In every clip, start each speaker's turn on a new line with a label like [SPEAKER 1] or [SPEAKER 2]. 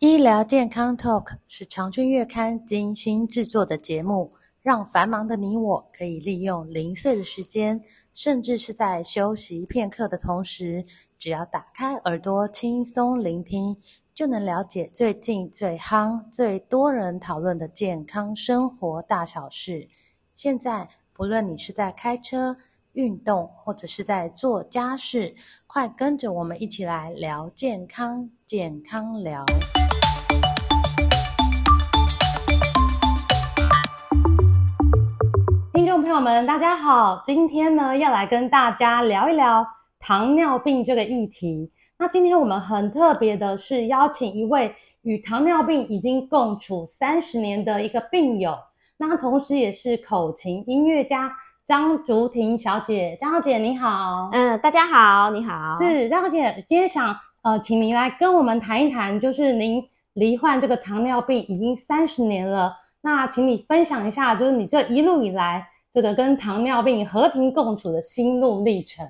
[SPEAKER 1] 聊健康 Talk 是长春月刊精心制作的节目，让繁忙的你我可以利用零碎的时间，甚至是在休息片刻的同时，只要打开耳朵轻松聆听，就能了解最近最夯、最多人讨论的健康生活大小事。现在，不论你是在开车、运动，或者是在做家事，快跟着我们一起来聊健康，健康聊。听众朋友们，大家好，今天呢要来跟大家聊一聊糖尿病这个议题。那今天我们很特别的是邀请一位与糖尿病已经共处三十年的一个病友，那她同时也是口琴音乐家张竹婷小姐。张小姐您好，
[SPEAKER 2] 嗯，大家好，你好，
[SPEAKER 1] 是张小姐，今天想呃，请您来跟我们谈一谈，就是您罹患这个糖尿病已经三十年了，那请你分享一下，就是你这一路以来这个跟糖尿病和平共处的心路历程。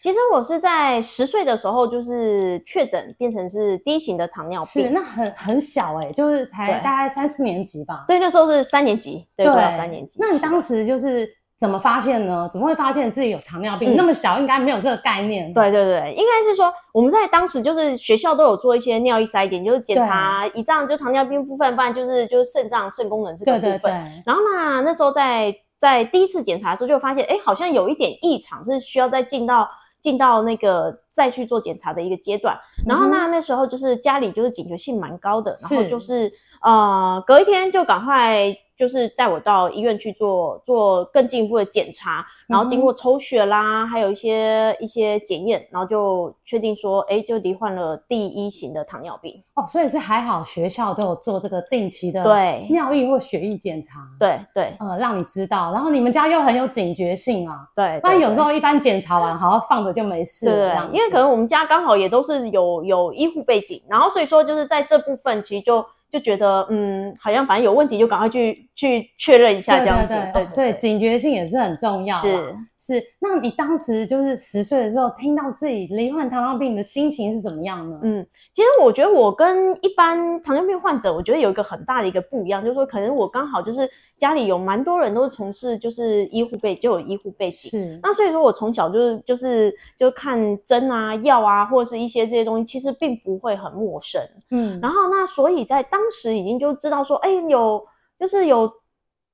[SPEAKER 2] 其实我是在十岁的时候就是确诊变成是第一型的糖尿
[SPEAKER 1] 是，
[SPEAKER 2] 病，
[SPEAKER 1] 那很很小哎、就是才
[SPEAKER 2] 对
[SPEAKER 1] 大概三四年级吧。
[SPEAKER 2] 对，那时候是三年级，对，国小三年级。
[SPEAKER 1] 那你当
[SPEAKER 2] 时
[SPEAKER 1] 时就是怎么发现呢？怎么会发现自己有糖尿病？
[SPEAKER 2] 嗯
[SPEAKER 1] 那么小应该没有这个概念。
[SPEAKER 2] 对对对，应该是说我们在当时就是学校都有做一些尿液筛检，就是检查胰脏就糖尿病部分，不然就是就是肾脏肾功能这个
[SPEAKER 1] 对
[SPEAKER 2] 部
[SPEAKER 1] 对
[SPEAKER 2] 分。
[SPEAKER 1] 对，
[SPEAKER 2] 然后呢，那时候在在第一次检查的时候就发现，哎，好像有一点异常，是需要再进到进到那个再去做检查的一个阶段。然后那那时候就是家里就是警觉性蛮高的，然后
[SPEAKER 1] 嗯是
[SPEAKER 2] 就是呃隔一天就赶快就是带我到医院去做做更进一步的检查，然后
[SPEAKER 1] 嗯
[SPEAKER 2] 经过抽血啦，还有一些一些检验，然后就确定说，哎，就罹患了第一型的糖尿病。
[SPEAKER 1] 哦，所以是还好学校都有做这个定期的
[SPEAKER 2] 对
[SPEAKER 1] 尿液或血液检查。
[SPEAKER 2] 对对
[SPEAKER 1] 呃，让你知道，然后你们家又很有警觉性啊，
[SPEAKER 2] 对，
[SPEAKER 1] 不然
[SPEAKER 2] 对
[SPEAKER 1] 有时
[SPEAKER 2] 对
[SPEAKER 1] 候一般检查完好好放着就没事了这
[SPEAKER 2] 对
[SPEAKER 1] 样子。
[SPEAKER 2] 因为可能我们家刚好也都是有有医护背景，然后所以说就是在这部分其实就就觉得嗯，好像反正有问题就赶快去去确认一下这样子，
[SPEAKER 1] 对
[SPEAKER 2] 对
[SPEAKER 1] 对对，所以警觉性也是很重要啊。
[SPEAKER 2] 是。
[SPEAKER 1] 是，那你当时就是十岁的时候，听到自己罹患糖尿病，你的心情是怎么样呢？
[SPEAKER 2] 嗯，其实我觉得我跟一般糖尿病患者，我觉得有一个很大的一个不一样，就是说可能我刚好就是家里有蛮多人都是从事就是医护背，就有医护背景，
[SPEAKER 1] 是，
[SPEAKER 2] 那所以说我从小就是就是就看针啊、药啊，或者是一些这些东西，其实并不会很陌生。
[SPEAKER 1] 嗯，
[SPEAKER 2] 然后那所以在当时已经就知道说，哎，有就是有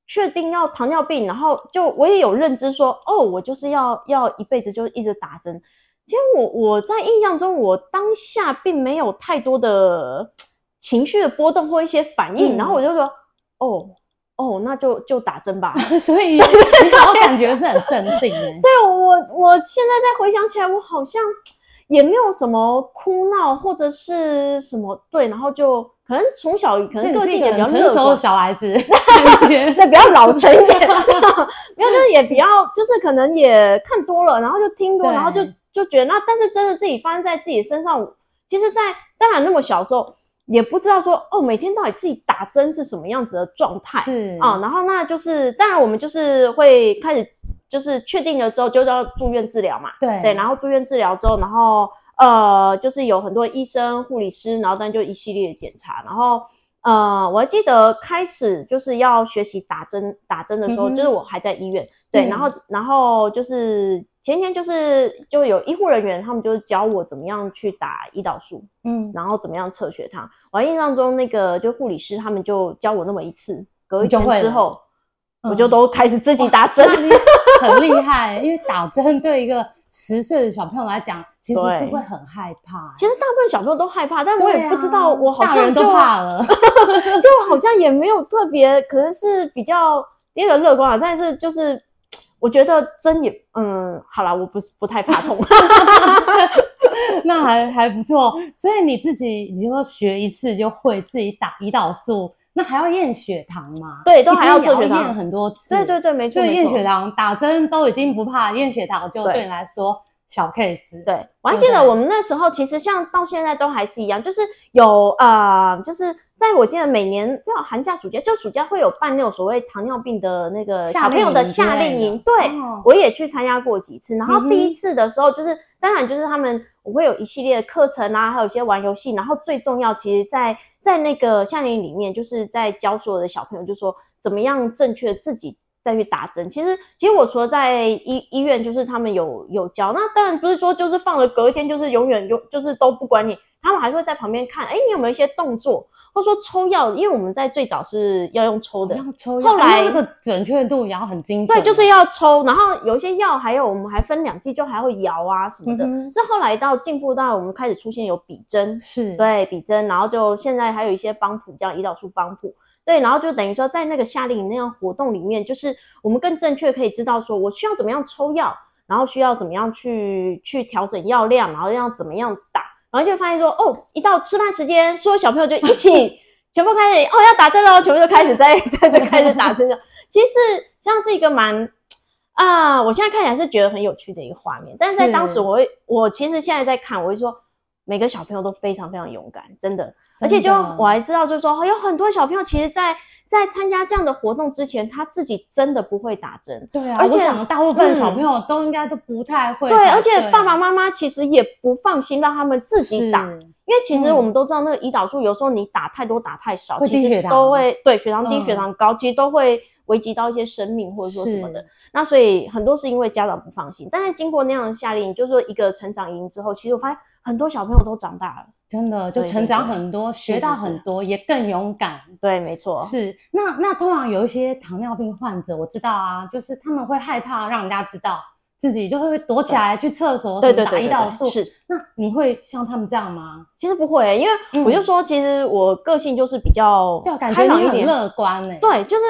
[SPEAKER 2] 确定要糖尿病，然后就我也有认知说，哦，我就是要要一辈子就一直打针。其实我我在印象中，我当下并没有太多的情绪的波动或一些反
[SPEAKER 1] 嗯
[SPEAKER 2] 应，然后我就说，哦哦，那就就打针吧。
[SPEAKER 1] 所以你好，感觉是很镇定哎。
[SPEAKER 2] 对我，我现在再回想起来，我好像也没有什么哭闹或者是什么对，然后就可能从小
[SPEAKER 1] 所
[SPEAKER 2] 可
[SPEAKER 1] 以
[SPEAKER 2] 能
[SPEAKER 1] 你
[SPEAKER 2] 个
[SPEAKER 1] 是
[SPEAKER 2] 性
[SPEAKER 1] 一
[SPEAKER 2] 也
[SPEAKER 1] 个
[SPEAKER 2] 比较
[SPEAKER 1] 很成
[SPEAKER 2] 乐
[SPEAKER 1] 熟的
[SPEAKER 2] 观，
[SPEAKER 1] 小孩 子，感觉
[SPEAKER 2] 对，比较老成 一点， 没有就是也比较就是可能也看多了，然后就听多，
[SPEAKER 1] 对
[SPEAKER 2] 然后就就觉得那但是真的自己发生在自己身上，其实在，当然那么小的时候也不知道说哦，每天到底自己打针是什么样子的状态，
[SPEAKER 1] 是
[SPEAKER 2] 啊、然后那就是，当然我们就是会开始，就是确定了之后就是要住院治疗嘛，
[SPEAKER 1] 对
[SPEAKER 2] 对，然后住院治疗之后，然后呃，就是有很多医生、护理师，然后但就一系列的检查，然后呃，我还记得开始就是要学习打针，打针的时候，
[SPEAKER 1] 嗯哼
[SPEAKER 2] 就是我还在医院，对，
[SPEAKER 1] 嗯
[SPEAKER 2] 然后然后就是前一天就是就有医护人员，他们就是教我怎么样去打胰岛素，
[SPEAKER 1] 嗯，
[SPEAKER 2] 然后怎么样测血糖。我还印象中那个就护理师他们就教我那么一次，隔一
[SPEAKER 1] 你就
[SPEAKER 2] 天
[SPEAKER 1] 会
[SPEAKER 2] 之
[SPEAKER 1] 了
[SPEAKER 2] 后，
[SPEAKER 1] 嗯
[SPEAKER 2] 我就都开始自己打针
[SPEAKER 1] 那。你很厉害，因为打针对一个十岁的小朋友来讲，其实是
[SPEAKER 2] 对
[SPEAKER 1] 会很害怕。
[SPEAKER 2] 其实大部分小朋友都害怕，但我
[SPEAKER 1] 对
[SPEAKER 2] 也不知道，
[SPEAKER 1] 啊
[SPEAKER 2] 我好
[SPEAKER 1] 大
[SPEAKER 2] 像
[SPEAKER 1] 人
[SPEAKER 2] 就
[SPEAKER 1] 都怕了。
[SPEAKER 2] 就好像也没有特别，可能是比较第一个乐观啊，但是就是我觉得针也嗯，好啦，我不是不太怕 痛，
[SPEAKER 1] 那还还不错。所以你自己，你说学一次就会自己打胰岛素，那还要验血糖吗？
[SPEAKER 2] 对，都还要
[SPEAKER 1] 一天
[SPEAKER 2] 测
[SPEAKER 1] 也
[SPEAKER 2] 血
[SPEAKER 1] 验
[SPEAKER 2] 糖。
[SPEAKER 1] 很多次。
[SPEAKER 2] 对对对，没错
[SPEAKER 1] 所以
[SPEAKER 2] 没
[SPEAKER 1] 验
[SPEAKER 2] 错
[SPEAKER 1] 血。糖打针都已经不怕，验血糖就
[SPEAKER 2] 对
[SPEAKER 1] 对你来说小 case。
[SPEAKER 2] 对，我还
[SPEAKER 1] 对
[SPEAKER 2] 记得
[SPEAKER 1] 对
[SPEAKER 2] 我们那时候，其实像到现在都还是一样，就是有呃，就是在我记得每年不知道寒假、暑假，就暑假会有办那种所谓糖尿病的那个
[SPEAKER 1] 夏
[SPEAKER 2] 小朋友
[SPEAKER 1] 令
[SPEAKER 2] 的
[SPEAKER 1] 营之
[SPEAKER 2] 夏
[SPEAKER 1] 类
[SPEAKER 2] 令
[SPEAKER 1] 的
[SPEAKER 2] 营，对，
[SPEAKER 1] 哦
[SPEAKER 2] 我也去参加过几次。然
[SPEAKER 1] 嗯
[SPEAKER 2] 后
[SPEAKER 1] 哼
[SPEAKER 2] 第一次的时候，就是、当然就是他们我会有一系列的课程啊，还有一些玩游戏，然后最重要，其实在在那个夏令营里面，就是在教所有的小朋友，就说怎么样正确自己再去打针。其实，其实我除了在医医院，就是他们有有教，那当然不是说就是放了隔一天就是永远就就是都不管你，他们还是会在旁边看，哎，你有没有一些动作，或者说抽药，因为我们在最早是要用抽的，
[SPEAKER 1] 要抽
[SPEAKER 2] 后
[SPEAKER 1] 后
[SPEAKER 2] 来
[SPEAKER 1] 来那个准确度，然后很精准，
[SPEAKER 2] 对，就是要抽，然后有一些药，还有我们还分两剂，就还会摇啊什么的。
[SPEAKER 1] 嗯哼
[SPEAKER 2] 是后来到进步到我们开始出现有比针，
[SPEAKER 1] 是
[SPEAKER 2] 对比针，然后就现在还有一些帮谱，叫胰岛素帮谱。对，然后就等于说，在那个夏令营那样活动里面，就是我们更正确可以知道说，我需要怎么样抽药，然后需要怎么样去去调整药量，然后要怎么样打，然后就发现说，哦，一到吃饭时间，所有小朋友就一 起全部开始，哦，要打针了，全部就开始在在在开始打针了。其实像是一个蛮啊、我现在看起来是觉得很有趣的一个画面，但是在
[SPEAKER 1] 是
[SPEAKER 2] 当时我会，我其实现在在看，我会说每个小朋友都非常非常勇敢，真的。而且就
[SPEAKER 1] 真的
[SPEAKER 2] 我还知道，就是说有很多小朋友其实在，在参加这样的活动之前，他自己真的不会打针，
[SPEAKER 1] 对啊，
[SPEAKER 2] 而
[SPEAKER 1] 而
[SPEAKER 2] 且
[SPEAKER 1] 且想大部分的小
[SPEAKER 2] 嗯
[SPEAKER 1] 朋友都应该都不太会
[SPEAKER 2] 对，
[SPEAKER 1] 打，
[SPEAKER 2] 而且爸爸妈妈其实也不放心让他们自己打，
[SPEAKER 1] 是
[SPEAKER 2] 因为其实
[SPEAKER 1] 嗯
[SPEAKER 2] 我们都知道，那个胰岛素有时候你打太多、打太少，
[SPEAKER 1] 会低
[SPEAKER 2] 其实
[SPEAKER 1] 血糖
[SPEAKER 2] 都会对血糖低、
[SPEAKER 1] 嗯
[SPEAKER 2] 血糖高，其实都会危及到一些生命或者说什么的
[SPEAKER 1] 是。
[SPEAKER 2] 那所以很多是因为家长不放心，但是经过那样的夏令营，就是说一个成长营之后，其实我发现很多小朋友都长大了。
[SPEAKER 1] 真的就
[SPEAKER 2] 对对
[SPEAKER 1] 成长
[SPEAKER 2] 对
[SPEAKER 1] 很多，
[SPEAKER 2] 是
[SPEAKER 1] 学到
[SPEAKER 2] 是
[SPEAKER 1] 很多，也更勇敢。
[SPEAKER 2] 对，没错，
[SPEAKER 1] 是，那那通常有一些糖尿病患者，我知道啊，就是他们会害怕让人家知道自己，就会躲起来去厕所，
[SPEAKER 2] 对
[SPEAKER 1] 什
[SPEAKER 2] 对
[SPEAKER 1] 么
[SPEAKER 2] 对，
[SPEAKER 1] 打胰
[SPEAKER 2] 对
[SPEAKER 1] 岛
[SPEAKER 2] 对
[SPEAKER 1] 素。
[SPEAKER 2] 是。
[SPEAKER 1] 那你会像他们这样吗？
[SPEAKER 2] 其实不会、因为
[SPEAKER 1] 嗯
[SPEAKER 2] 我就说，其实我个性就是比较
[SPEAKER 1] 就感觉
[SPEAKER 2] 开朗
[SPEAKER 1] 你
[SPEAKER 2] 一
[SPEAKER 1] 很
[SPEAKER 2] 点，
[SPEAKER 1] 乐观欸呢、
[SPEAKER 2] 对，就是，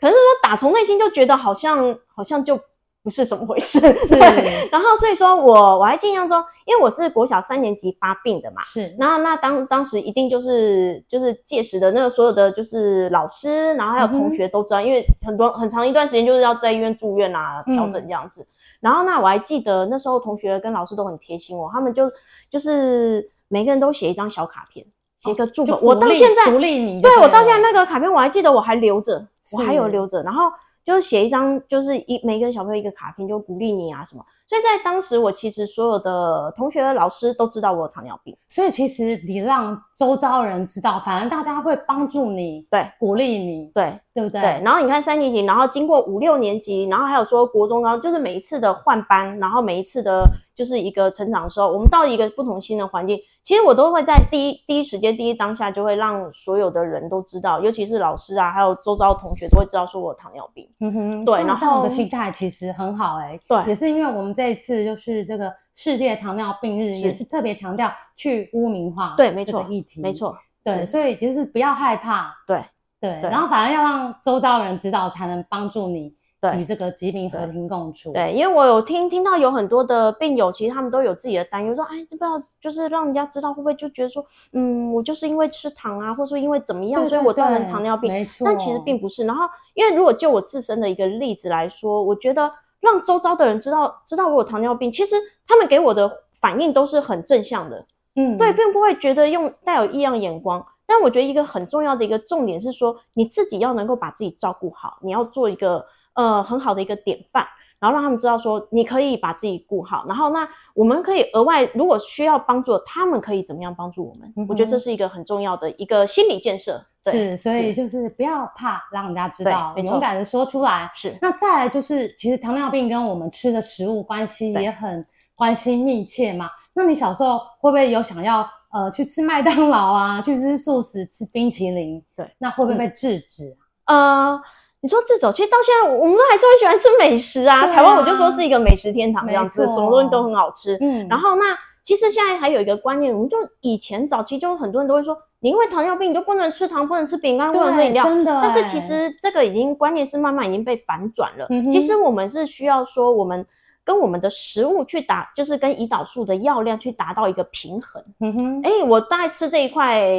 [SPEAKER 2] 可是说打从内心就觉得好像好像就不是什么回事，
[SPEAKER 1] 是
[SPEAKER 2] 对。然后所以说我我还印象中，因为我是国小三年级发病的嘛，
[SPEAKER 1] 是，
[SPEAKER 2] 然后那当当时一定就是就是届时的那个所有的就是老师，然后
[SPEAKER 1] 嗯
[SPEAKER 2] 还有同学都知道，因为很多很长一段时间就是要在医院住院啊，
[SPEAKER 1] 嗯
[SPEAKER 2] 调整这样子。然后那我还记得那时候同学跟老师都很贴心我，哦他们就就是每个人都写一张小卡片，写一个祝福。
[SPEAKER 1] 哦就
[SPEAKER 2] 我
[SPEAKER 1] 鼓
[SPEAKER 2] 到
[SPEAKER 1] 励
[SPEAKER 2] 现在
[SPEAKER 1] 鼓励你就
[SPEAKER 2] 对
[SPEAKER 1] 对
[SPEAKER 2] 我到现在
[SPEAKER 1] 了
[SPEAKER 2] 那个卡片我还记得，我还留着，我还有
[SPEAKER 1] 是
[SPEAKER 2] 留着。然后就是写一张，就是一每个小朋友一个卡片，就鼓励你啊什么。所以在当时，我其实所有的同学、老师都知道我有糖尿病。
[SPEAKER 1] 所以其实你让周遭人知道，反而大家会帮助你，
[SPEAKER 2] 对，
[SPEAKER 1] 鼓励你，
[SPEAKER 2] 对
[SPEAKER 1] 对不对？
[SPEAKER 2] 对，然后你看三年级，然后经过五六年级，然后还有说国中高，就是每一次的换班，然后每一次的就是一个成长的时候，我们到一个不同新的环境，其实我都会在第一第一时间、第一当下就会让所有的人都知道，尤其是老师啊，还有周遭同学都会知道说我有糖尿病。
[SPEAKER 1] 嗯哼，
[SPEAKER 2] 对
[SPEAKER 1] 这样
[SPEAKER 2] 然
[SPEAKER 1] 这样
[SPEAKER 2] 后
[SPEAKER 1] 的心态其实很好哎、
[SPEAKER 2] 对
[SPEAKER 1] 也是因为我们这一次就是这个世界糖尿病日，
[SPEAKER 2] 是
[SPEAKER 1] 也是特别强调去污名化
[SPEAKER 2] 对没
[SPEAKER 1] 这个
[SPEAKER 2] 错
[SPEAKER 1] 议题，
[SPEAKER 2] 没，错，
[SPEAKER 1] 对，
[SPEAKER 2] 是
[SPEAKER 1] 所以就是不要害怕，
[SPEAKER 2] 对
[SPEAKER 1] 对，
[SPEAKER 2] 对
[SPEAKER 1] 然后反而要让周遭人知道，才能帮助你
[SPEAKER 2] 对
[SPEAKER 1] 与这个疾病
[SPEAKER 2] 对
[SPEAKER 1] 和平共处，
[SPEAKER 2] 对，因为我有听听到有很多的病友，其实他们都有自己的担忧，说哎，不知道就是让人家知道会不会就觉得说，嗯，我就是因为吃糖啊，或者说因为怎么样，
[SPEAKER 1] 对，
[SPEAKER 2] 所以
[SPEAKER 1] 对
[SPEAKER 2] 我造成
[SPEAKER 1] 对
[SPEAKER 2] 糖尿病。
[SPEAKER 1] 没错，
[SPEAKER 2] 但其实并不是。然后，因为如果就我自身的一个例子来说，我觉得让周遭的人知道知道我有糖尿病，其实他们给我的反应都是很正向的，
[SPEAKER 1] 嗯，
[SPEAKER 2] 对，并不会觉得用带有异样眼光。但我觉得一个很重要的一个重点是说，你自己要能够把自己照顾好，你要做一个呃很好的一个典范，然后让他们知道说你可以把自己顾好。然后那我们可以额外如果需要帮助，他们可以怎么样帮助我们？
[SPEAKER 1] 嗯哼
[SPEAKER 2] 我觉得这是一个很重要的一个心理建设。对
[SPEAKER 1] 是，所以就是不要怕让人家知
[SPEAKER 2] 对
[SPEAKER 1] 道，
[SPEAKER 2] 没错
[SPEAKER 1] 勇敢的说出来，
[SPEAKER 2] 是
[SPEAKER 1] 那再来就是，其实糖尿病跟我们吃的食物关系
[SPEAKER 2] 对
[SPEAKER 1] 也很关系密切嘛。那你小时候会不会有想要呃去吃麦当劳啊，去吃素食、吃冰淇淋？
[SPEAKER 2] 对，嗯
[SPEAKER 1] 那会不会被制止啊？
[SPEAKER 2] 呃，你说自走，其实到现在我们都还是会喜欢吃美食啊。
[SPEAKER 1] 对啊
[SPEAKER 2] 台湾我就说是一个美食天堂这样子，
[SPEAKER 1] 没错
[SPEAKER 2] 什么东西都很好吃。
[SPEAKER 1] 嗯
[SPEAKER 2] 然后那其实现在还有一个观念，我们就以前早期就很多人都会说，你因为糖尿病你就不能吃糖，不能吃饼干，不能喝饮
[SPEAKER 1] 对，
[SPEAKER 2] 料。
[SPEAKER 1] 真的欸、
[SPEAKER 2] 但是其实这个已经观念是慢慢已经被反转了。
[SPEAKER 1] 嗯哼
[SPEAKER 2] 其实我们是需要说我们。跟我们的食物去达，就是跟胰岛素的药量去达到一个平衡。
[SPEAKER 1] 嗯哼，
[SPEAKER 2] 哎、我大概吃这一块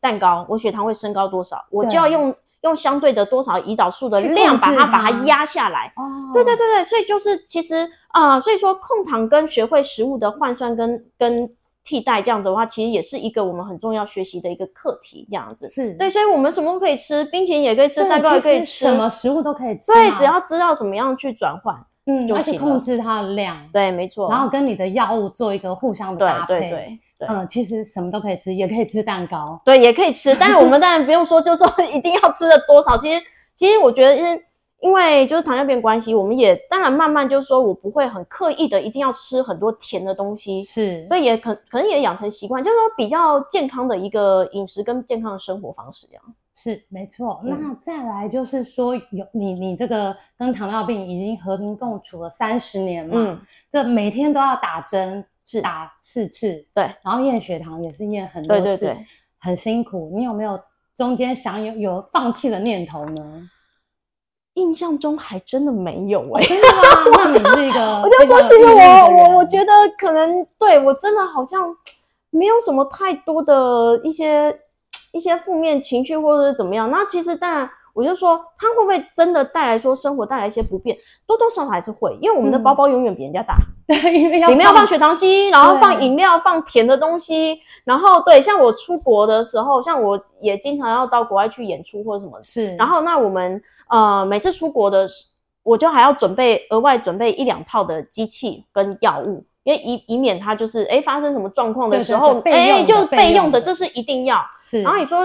[SPEAKER 2] 蛋糕，我血糖会升高多少？我就
[SPEAKER 1] 对
[SPEAKER 2] 要用用相对的多少胰岛素的
[SPEAKER 1] 去
[SPEAKER 2] 量
[SPEAKER 1] 控
[SPEAKER 2] 把
[SPEAKER 1] 制
[SPEAKER 2] 它把它
[SPEAKER 1] 它
[SPEAKER 2] 压下来。
[SPEAKER 1] 哦，
[SPEAKER 2] 对对对对，所以就是其实啊、所以说控糖跟学会食物的换算跟跟替代这样子的话，其实也是一个我们很重要学习的一个课题，这样子。
[SPEAKER 1] 是，
[SPEAKER 2] 对，所以我们什么都可以吃，冰淇淋也可以吃，
[SPEAKER 1] 对，
[SPEAKER 2] 蛋糕也
[SPEAKER 1] 其
[SPEAKER 2] 可以
[SPEAKER 1] 实
[SPEAKER 2] 吃，
[SPEAKER 1] 什么食物都可以吃嘛，
[SPEAKER 2] 对，只要知道怎么样去转换。
[SPEAKER 1] 嗯，
[SPEAKER 2] 就
[SPEAKER 1] 而且
[SPEAKER 2] 行
[SPEAKER 1] 控
[SPEAKER 2] 了
[SPEAKER 1] 制它的量，
[SPEAKER 2] 对，没错。
[SPEAKER 1] 然后跟你的药物做一个互相的
[SPEAKER 2] 对
[SPEAKER 1] 搭配。
[SPEAKER 2] 对对对
[SPEAKER 1] 嗯，其实什么都可以吃，也可以吃蛋 糕。
[SPEAKER 2] 对，也可以吃，但是我们当然不用说，就是说一定要吃了多少。其实，其实我觉得因因为就是糖尿病的关系，我们也当然慢慢就是说我不会很刻意的一定要吃很多甜的东西，
[SPEAKER 1] 是，
[SPEAKER 2] 所以也可可能也养成习惯，就是说比较健康的一个饮食跟健康的生活方式这样。
[SPEAKER 1] 是没错。
[SPEAKER 2] 嗯
[SPEAKER 1] 那再来就是说，有你你这个跟糖尿病已经和平共处了三十年嘛，
[SPEAKER 2] 嗯，
[SPEAKER 1] 这每天都要打针，
[SPEAKER 2] 是
[SPEAKER 1] 打四次，
[SPEAKER 2] 对，
[SPEAKER 1] 然后验血糖也是验很多
[SPEAKER 2] 对对
[SPEAKER 1] 次，
[SPEAKER 2] 对
[SPEAKER 1] 很辛苦。你有没有中间想有有放弃的念头呢？
[SPEAKER 2] 印象中还真的没有哎、
[SPEAKER 1] 真的 吗？那你是一个，
[SPEAKER 2] 我就说，其实我我我觉
[SPEAKER 1] 得
[SPEAKER 2] 得可能对我真的好像没有什么太多的一些一些负面情绪或者是怎么样。那其实当然，我就说它会不会真的带来说生活带来一些不便，多多少少还是会，因为我们的
[SPEAKER 1] 嗯
[SPEAKER 2] 包包永远比人家大，
[SPEAKER 1] 对，因嗯为要
[SPEAKER 2] 里面要放
[SPEAKER 1] 放
[SPEAKER 2] 血糖机，然后放
[SPEAKER 1] 对
[SPEAKER 2] 饮料，放甜的东西，然后对，像我出国的时候，像我也经常要到国外去演出或者什么的
[SPEAKER 1] 是，
[SPEAKER 2] 然后那我们呃每次出国的时，我就还要准备额外准备一两套的机器跟药物，因为以以免它就是哎发生什么状况的
[SPEAKER 1] 对对
[SPEAKER 2] 时候，
[SPEAKER 1] 对备
[SPEAKER 2] 哎
[SPEAKER 1] 用的
[SPEAKER 2] 就
[SPEAKER 1] 备
[SPEAKER 2] 备
[SPEAKER 1] 用
[SPEAKER 2] 用的，
[SPEAKER 1] 的
[SPEAKER 2] 这是一定要。
[SPEAKER 1] 是，
[SPEAKER 2] 然后你说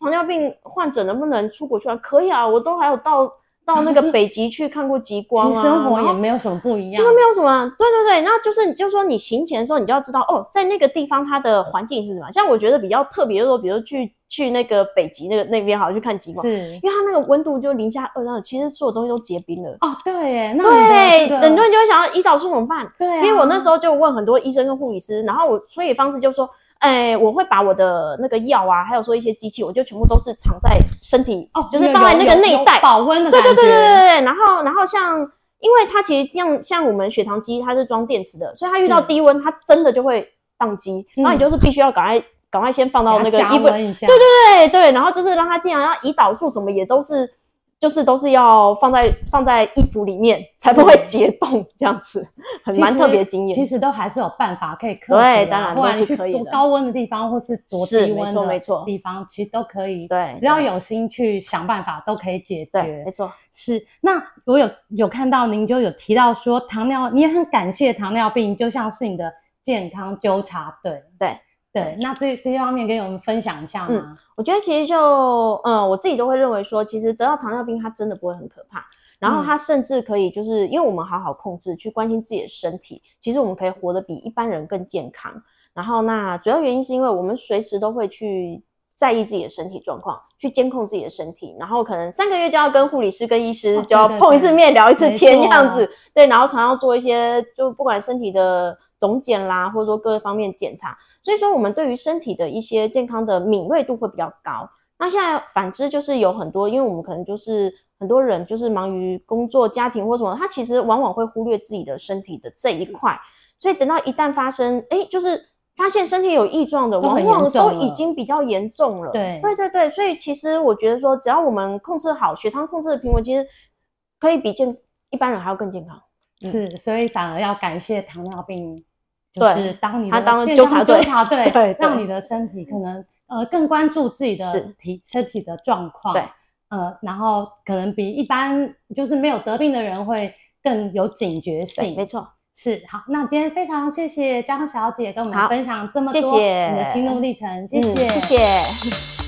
[SPEAKER 2] 糖尿病患者能不能出国去玩？可以啊，我都还有到到那个北极去看过极光
[SPEAKER 1] 其
[SPEAKER 2] 啊，
[SPEAKER 1] 实生活
[SPEAKER 2] 然
[SPEAKER 1] 也
[SPEAKER 2] 后
[SPEAKER 1] 没有什么不一
[SPEAKER 2] 其
[SPEAKER 1] 样
[SPEAKER 2] 实，没有什么啊，对对对，那就是你就说你行前的时候，你就要知道哦，在那个地方它的环境是什么。像我觉得比较特别，就是说，比如去去那个北极那个那边，好去看极光，
[SPEAKER 1] 是
[SPEAKER 2] 因为它那个温度就零下二那，其实所有东西都结冰了。
[SPEAKER 1] 哦，对耶，那
[SPEAKER 2] 对，
[SPEAKER 1] 你的这
[SPEAKER 2] 很
[SPEAKER 1] 个
[SPEAKER 2] 多人就会想要胰岛素怎么办？
[SPEAKER 1] 对啊，
[SPEAKER 2] 所以我那时候就问很多医生跟护理师，然后我所以方式就说，哎，我会把我的那个药啊，还有说一些机器，我就全部都是藏在身体，
[SPEAKER 1] 哦，
[SPEAKER 2] 就是
[SPEAKER 1] 有
[SPEAKER 2] 放在
[SPEAKER 1] 有
[SPEAKER 2] 那个
[SPEAKER 1] 有
[SPEAKER 2] 内
[SPEAKER 1] 有
[SPEAKER 2] 袋，
[SPEAKER 1] 保温的
[SPEAKER 2] 对
[SPEAKER 1] 感
[SPEAKER 2] 对
[SPEAKER 1] 觉，
[SPEAKER 2] 对对对。然后然后像，因为它其实像像我们血糖机它是装电池的，所以它遇到
[SPEAKER 1] 是
[SPEAKER 2] 低温，它真的就会宕机。然后
[SPEAKER 1] 嗯
[SPEAKER 2] 你就是必须要赶快赶快先放到那
[SPEAKER 1] 给
[SPEAKER 2] 个
[SPEAKER 1] 它加
[SPEAKER 2] 衣柜，
[SPEAKER 1] 温一下，对对
[SPEAKER 2] 对对，然后就是让它尽量，然后胰岛素什么也都是。就是都是要放在放在衣服里面，才不
[SPEAKER 1] 是
[SPEAKER 2] 会解冻，这样子很蛮特别经验。
[SPEAKER 1] 其实都还是有办法可以克服的啊，
[SPEAKER 2] 对当然
[SPEAKER 1] 不
[SPEAKER 2] 都
[SPEAKER 1] 管
[SPEAKER 2] 是
[SPEAKER 1] 你去
[SPEAKER 2] 可以的
[SPEAKER 1] 多高温的地方，或是多
[SPEAKER 2] 是
[SPEAKER 1] 低
[SPEAKER 2] 没
[SPEAKER 1] 温
[SPEAKER 2] 错
[SPEAKER 1] 的
[SPEAKER 2] 没错
[SPEAKER 1] 地方，其实都可以，
[SPEAKER 2] 对
[SPEAKER 1] 只要
[SPEAKER 2] 对
[SPEAKER 1] 有心去想办法，都可以解
[SPEAKER 2] 对，没
[SPEAKER 1] 决。
[SPEAKER 2] 错，
[SPEAKER 1] 是，那我有有看到您就有提到说糖尿，你也很感谢糖尿病，就像是你的健康纠察队，
[SPEAKER 2] 对
[SPEAKER 1] 对，那这这方面跟我们分享一下
[SPEAKER 2] 嗯
[SPEAKER 1] 吗？
[SPEAKER 2] 我觉得其实就，嗯，我自己都会认为说，其实得到糖尿病它真的不会很可怕，然后
[SPEAKER 1] 嗯
[SPEAKER 2] 它甚至可以就是因为我们好好控制，去关心自己的身体，其实我们可以活得比一般人更健康。然后那主要原因是因为我们随时都会去在意自己的身体状况，去监控自己的身体，然后可能三个月就要跟护理师跟医师
[SPEAKER 1] 哦
[SPEAKER 2] 就要
[SPEAKER 1] 对对
[SPEAKER 2] 碰一次
[SPEAKER 1] 对
[SPEAKER 2] 面，聊一次
[SPEAKER 1] 没
[SPEAKER 2] 天这
[SPEAKER 1] 错
[SPEAKER 2] 样子，对，然后常要做一些就不管身体的总检啦，或者说各个方面检查，所以说我们对于身体的一些健康的敏锐度会比较高。那现在反之就是有很多，因为我们可能就是很多人就是忙于工作、家庭或什么，他其实往往会忽略自己的身体的这一块，
[SPEAKER 1] 嗯
[SPEAKER 2] 所以等到一旦发生，哎，就是发现身体有异状的，
[SPEAKER 1] 都
[SPEAKER 2] 往
[SPEAKER 1] 很
[SPEAKER 2] 往
[SPEAKER 1] 严
[SPEAKER 2] 都
[SPEAKER 1] 重
[SPEAKER 2] 已
[SPEAKER 1] 了
[SPEAKER 2] 经比较严重了。
[SPEAKER 1] 对
[SPEAKER 2] 对对对，所以其实我觉得说，只要我们控制好血糖控制的平稳，其实可以比健一般人还要更健康。嗯
[SPEAKER 1] 是，所以反而要感谢糖尿病，就
[SPEAKER 2] 对
[SPEAKER 1] 是当你
[SPEAKER 2] 他
[SPEAKER 1] 的
[SPEAKER 2] 当
[SPEAKER 1] 健
[SPEAKER 2] 纠
[SPEAKER 1] 康
[SPEAKER 2] 察
[SPEAKER 1] 纠
[SPEAKER 2] 队
[SPEAKER 1] 察队，
[SPEAKER 2] 对对
[SPEAKER 1] 让你的身体可能呃更关注自己的
[SPEAKER 2] 是
[SPEAKER 1] 体身体的状况，
[SPEAKER 2] 对，
[SPEAKER 1] 呃，然后可能比一般就是没有得病的人会更有警觉
[SPEAKER 2] 对，没
[SPEAKER 1] 性。
[SPEAKER 2] 错。
[SPEAKER 1] 是好，那今天非常谢谢江小姐跟我们
[SPEAKER 2] 好
[SPEAKER 1] 分享这么
[SPEAKER 2] 谢
[SPEAKER 1] 多你的
[SPEAKER 2] 谢
[SPEAKER 1] 心路历程，
[SPEAKER 2] 嗯
[SPEAKER 1] 谢
[SPEAKER 2] 谢谢。